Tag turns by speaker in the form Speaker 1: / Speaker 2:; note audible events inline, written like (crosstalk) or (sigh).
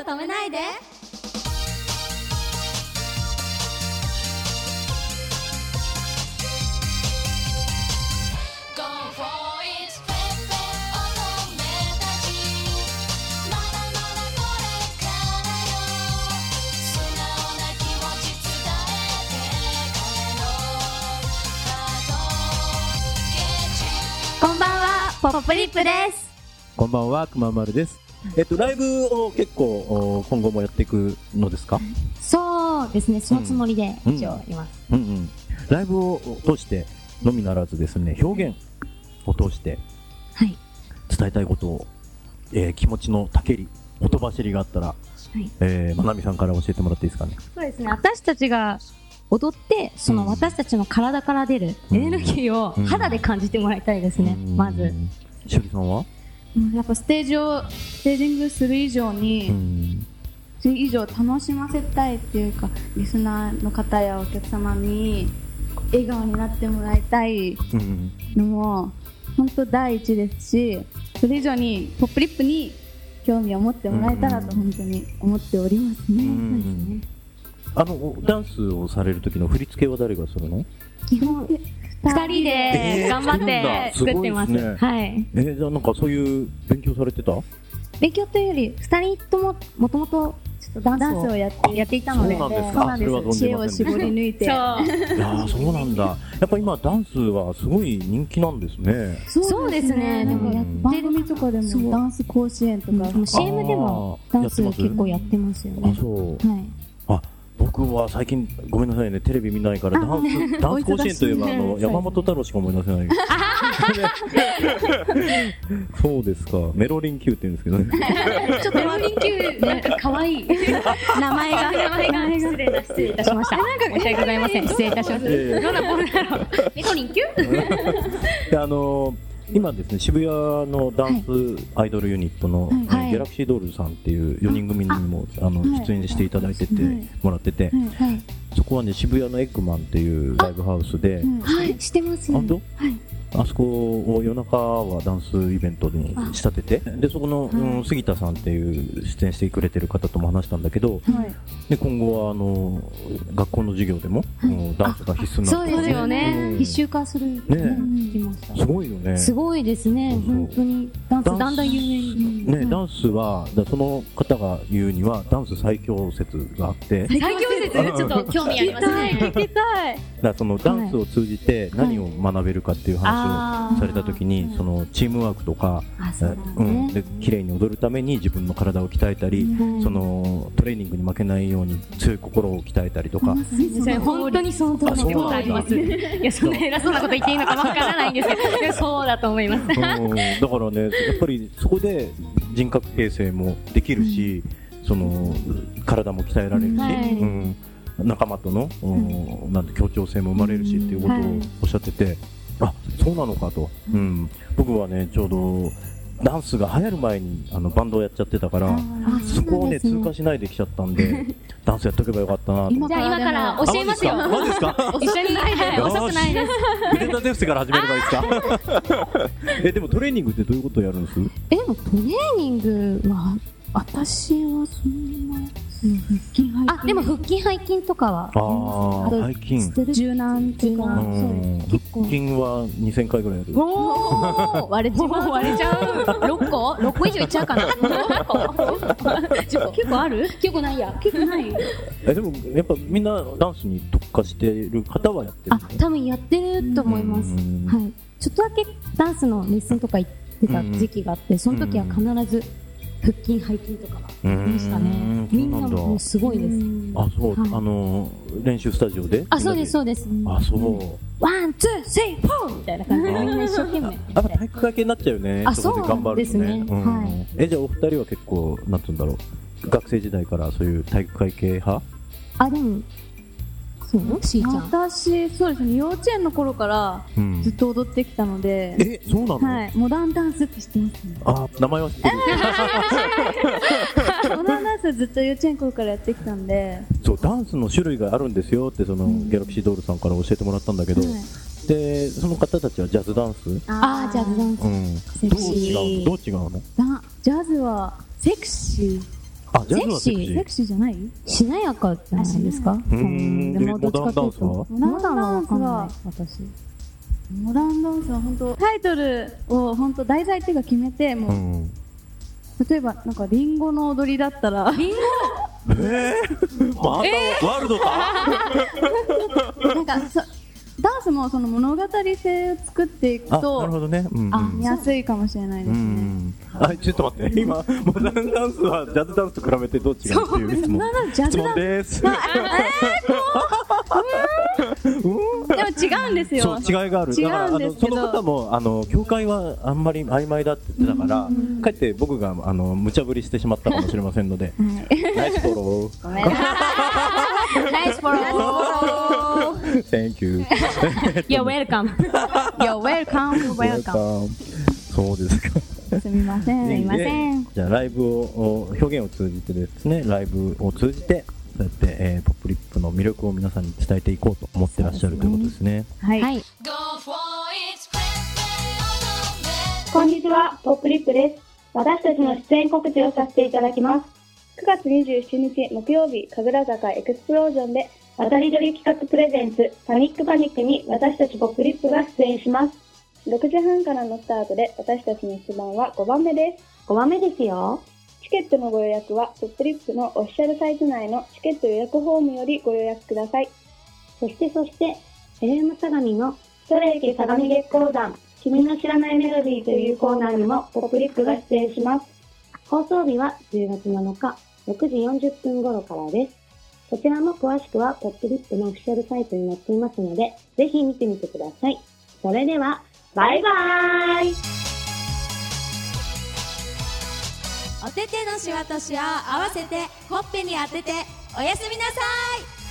Speaker 1: を止めないで
Speaker 2: 「ゴーフォーイッツペッペ乙女たち」「まだまだこれからよ」「素直な気持ち伝えて彼のハートゲチ
Speaker 1: こんばんはポップリップです
Speaker 3: こんばんは、くままるです。えっと、ライブを結構、お今後もやっていくのですか
Speaker 4: そうですね、そのつもりで
Speaker 3: うん
Speaker 4: 一応います。
Speaker 3: うんうん。ライブを通して、のみならずですね、表現を通して、
Speaker 4: はい
Speaker 3: 伝えたいことを、えー気持ちのたけり、言葉知りがあったら、
Speaker 4: い
Speaker 3: えーまなみさんから教えてもらっていいですかね。
Speaker 4: そうですね、私たちが踊って、その私たちの体から出るエネルギーを
Speaker 3: うん
Speaker 4: 肌で感じてもらいたいですね、
Speaker 3: うん
Speaker 4: まず。。
Speaker 3: しおりさんは
Speaker 5: うんやっぱステージをステージングする以上
Speaker 3: う
Speaker 5: に、
Speaker 3: ん。
Speaker 5: それ以上楽しませたいっていうかリスナーの方やお客様に笑顔になってもらいたい
Speaker 3: うん。
Speaker 5: のも本当第一ですしそれ以上にポップリップに興味を持ってもらえたらと
Speaker 3: うん
Speaker 5: 本当に思っております
Speaker 3: う
Speaker 5: ね。
Speaker 3: ん。あの、おダンスをされる時の振り付けは誰がするの
Speaker 5: 基本
Speaker 4: 2
Speaker 5: 二
Speaker 4: 人
Speaker 3: え
Speaker 4: で
Speaker 3: ー
Speaker 4: 頑張って
Speaker 3: そう
Speaker 4: 作
Speaker 3: なんだ
Speaker 4: ってます。
Speaker 3: すごいですね
Speaker 4: はい、
Speaker 3: えー、じゃあなんかそういう勉強されてた
Speaker 4: 勉強というより、2人とももともとちょっとダン
Speaker 5: ダンス
Speaker 4: ス
Speaker 5: を
Speaker 4: を
Speaker 5: やって
Speaker 4: やっていたので、
Speaker 3: そうなんですか
Speaker 4: そうなんで
Speaker 3: それは存
Speaker 4: す
Speaker 5: 知恵を絞り抜いて
Speaker 4: そ
Speaker 3: いやーそうなんだ。やっぱ今ダンスはすごい人気なんですね。
Speaker 5: そう
Speaker 4: そうですね
Speaker 5: でもやっ
Speaker 3: うん
Speaker 5: 番組とかで
Speaker 4: そう
Speaker 5: もダンス甲子園とか
Speaker 4: う、CM でも
Speaker 3: あ
Speaker 4: ダ
Speaker 3: ー
Speaker 4: ンス
Speaker 3: やってます
Speaker 4: 結構やってますよ
Speaker 3: あ
Speaker 4: ね。
Speaker 3: そう。
Speaker 4: はい
Speaker 3: 僕は最近ごめんなさいねテレビ見ないからダンス (laughs) ダンス甲子園といえばあの山本太郎しか思い出せない。そうですか。メロリン級って言うんですけどね。
Speaker 4: ちょっとワン級なんか可愛い名前が名前が失礼な失礼いたしました。申し訳ございません。失礼いたしま
Speaker 3: いやいや
Speaker 4: す。どんなボールだろう。ミコリン級？
Speaker 3: であのー今ですね渋谷のダンスアイドルユニットの、えー
Speaker 4: はい
Speaker 3: ギャラクシードールさんっていう4人組にもあの
Speaker 5: はい
Speaker 3: 出演していただいてて
Speaker 5: はい
Speaker 3: もらってて、
Speaker 5: はい
Speaker 3: そこはね渋谷のエッグマンっていうライブハウスで。
Speaker 4: はい、してます
Speaker 3: 本当、あそこを夜中はダンスイベントに仕立ててでそこの、うん、杉田さんっていう出演してくれてる方とも話したんだけど
Speaker 5: はい
Speaker 3: で今後はあの学校の授業でも、うんダンスが必須にな
Speaker 4: そう
Speaker 3: る
Speaker 4: ですよ
Speaker 3: う
Speaker 4: ね
Speaker 3: ん。
Speaker 4: 必修化する。
Speaker 3: え
Speaker 4: 聞きました
Speaker 3: すごいよね
Speaker 4: すごいですね。本当にダンス
Speaker 3: ダンス
Speaker 4: だんだん有名に。
Speaker 3: ね、ダンスはだその方が言うにはダンス最強説があってだか
Speaker 4: 最強説ちょっと興味ありますね。
Speaker 5: 聞きたい
Speaker 3: らそのダンスを通じて何を学べるかっていう話を
Speaker 4: あ
Speaker 3: された時にそのチームワークとか
Speaker 4: あ、あそう
Speaker 3: う
Speaker 4: だ
Speaker 3: ん、
Speaker 4: ね。
Speaker 3: で綺麗に踊るために自分の体を鍛えたり、
Speaker 4: うん
Speaker 3: そのトレーニングに負けないように強い心を鍛えたりとか、
Speaker 4: それ本当にその通り
Speaker 3: あそうなんだ
Speaker 4: あります。いや、そんな偉そうなこと言っていいのかわからないんですけどでも、そうだと思います。
Speaker 3: うんだからねやっぱりそこで人格形成もできるし、その体も鍛えられるし、
Speaker 4: はい
Speaker 3: うん仲間との、うんなんて協調性も生まれるしっていうことを
Speaker 4: はい
Speaker 3: おっしゃってて、あそうなのかと、うん、僕はねちょうどダンスが流行る前にあのバンドをやっちゃってたから。そこをね通過しないで来ちゃったんでダンスやっとけばよかったなと思って
Speaker 4: (laughs) じゃあ今から教えますよ。
Speaker 3: あマジですかマ
Speaker 4: (laughs)
Speaker 3: ジ
Speaker 4: 一緒に、はい、
Speaker 3: よし
Speaker 4: 遅くないです。
Speaker 3: ですか腕立て伏せから始めればいいですか (laughs) えでもトレーニングってどういうことをやるんです
Speaker 4: え、でもトレーニングは、
Speaker 5: 私はそんなうん腹筋入
Speaker 4: あ、でも腹筋背筋とかは。
Speaker 3: ああ
Speaker 5: と
Speaker 3: 背筋
Speaker 5: ってる柔軟と
Speaker 3: う
Speaker 5: か
Speaker 3: ん
Speaker 5: そうです
Speaker 3: 腹
Speaker 5: 結構
Speaker 3: 筋は2000回ぐらいやる
Speaker 4: おお、割れちゃう。割れちゃう。六個、六個以上いっちゃうかな。 (laughs) 結構ある。結構ないや。結構ない。
Speaker 3: えでもやっぱみんなダンスに特化してる方はやってる
Speaker 4: あ、多分やってると思います。
Speaker 3: うん
Speaker 4: はい。ちょっとだけダンスのレッスンとか行ってた時期があって、その時は必ず腹筋背筋とかは。
Speaker 3: う
Speaker 4: でしたね
Speaker 3: ん。そう
Speaker 4: みん
Speaker 3: な
Speaker 4: なん
Speaker 3: だ
Speaker 4: もうすごいです。
Speaker 3: あそう、
Speaker 4: はい
Speaker 3: あのー練習スタジオで
Speaker 4: あ、そうです、そううです。
Speaker 3: あそう
Speaker 4: ワン、ツー、スリー、フォーみたいな感じで、みんな一生懸命。
Speaker 3: やっぱ体育会系になっちゃうよね。
Speaker 4: あ
Speaker 3: こで頑張ると
Speaker 4: そうなんですね
Speaker 3: うん
Speaker 4: はい
Speaker 3: え、じゃあお二人は結構、なんつうんだろう。学生時代からそういう体育会系派
Speaker 4: あ、でも、そうしーちゃん。
Speaker 5: 私そうですね幼稚園の頃からずっと踊ってきたので
Speaker 3: え、そうなの、
Speaker 5: はいモダンダンスって知ってますね
Speaker 3: あ、名前は知ってる。
Speaker 5: モダンダンスはずっと幼稚園の頃からやってきたんで
Speaker 3: そう、ダンスの種類があるんですよって、その、ギャラクシードールさんから教えてもらったんだけど、で、その方たちはジャズダンスうん。
Speaker 4: あー、ジャズダンス。
Speaker 3: どう違うのどう違うの
Speaker 5: ダンジャズはセクシー
Speaker 3: あ、ジャ
Speaker 6: セ
Speaker 3: ズ
Speaker 6: ク
Speaker 3: は
Speaker 6: シ
Speaker 3: セク
Speaker 6: ー
Speaker 3: シー。
Speaker 5: シーじゃない
Speaker 6: しなやかじゃないですか
Speaker 3: うーん
Speaker 6: でもどっちかというと
Speaker 5: えモ
Speaker 6: モ
Speaker 5: ダ
Speaker 6: ダ
Speaker 5: ン
Speaker 6: ン
Speaker 5: ダ
Speaker 6: はわ
Speaker 5: ンス
Speaker 6: かん
Speaker 5: は
Speaker 6: ない私
Speaker 5: モダンダンスは本当タイトルを本当題材っていうか決めてもう、
Speaker 3: うん。
Speaker 5: 例えばなんかリンゴの踊りだったら
Speaker 3: えー、またワールドか、
Speaker 5: なんかそダンスもその物語性を作っていく
Speaker 3: あ、なるほ
Speaker 5: と
Speaker 3: どね。うんうん、
Speaker 5: 見やすいかもしれないで
Speaker 3: う
Speaker 5: すね。
Speaker 3: ん。あ、ちょっと
Speaker 5: (laughs)
Speaker 3: 待って。今、モダンダンスはジャズダンスと比べてどっちがいいっていう質問。
Speaker 5: ジャ
Speaker 3: 質
Speaker 5: ズダ
Speaker 3: 問
Speaker 5: ンス
Speaker 3: です。
Speaker 5: でも違うんです
Speaker 3: そう
Speaker 5: よ。
Speaker 3: 違いがある。
Speaker 5: 違
Speaker 3: だからあ
Speaker 5: うんで
Speaker 3: の
Speaker 5: す
Speaker 3: そ
Speaker 5: けど
Speaker 3: の方もあの教会はあんまり曖昧だって言ってたから、かえって僕があの無茶ぶりしてしまったかもしれませんので、ナイスフォロー。
Speaker 6: ナイスフォロー
Speaker 3: Thank you.
Speaker 4: (laughs)
Speaker 6: You're welcome You're welcome welcome
Speaker 3: Welcome. そうですか。
Speaker 5: すみません。
Speaker 3: す
Speaker 6: いません。
Speaker 3: じゃあライブをお表現を通じてですね、ライブを通じてそうやって、えーポップリップの魅力を皆さんに伝えていこうと思ってらっしゃるということですね。
Speaker 5: はい。
Speaker 6: はい
Speaker 2: Go for it, play, play, 踊れ
Speaker 7: こんにちは、ポップリップです。私たちの出演告知をさせていただきます。9月27日木曜日、神楽坂エクスプロージョンで、渡り鳥企画プレゼンツ、パニックパニックに私たちポップリップが出演します。6時半からのスタートで、私たちの出番は5番目です。5番目ですよ。チケットのご予約は、ポップリップのオフィシャルサイト内のチケット予約フォームよりご予約ください。そしてそして、FM 相模のトレイケ相模月光団、君の知らないメロディーというコーナーにもポップリップが出演します。放送日は10月7日、6時40分頃からです。こちらも詳しくはポップリップのオフィシャルサイトに載っていますので、ぜひ見てみてください。それでは、バイバーイ
Speaker 1: おててのしわとしわを合わせてほっぺに当てておやすみなさい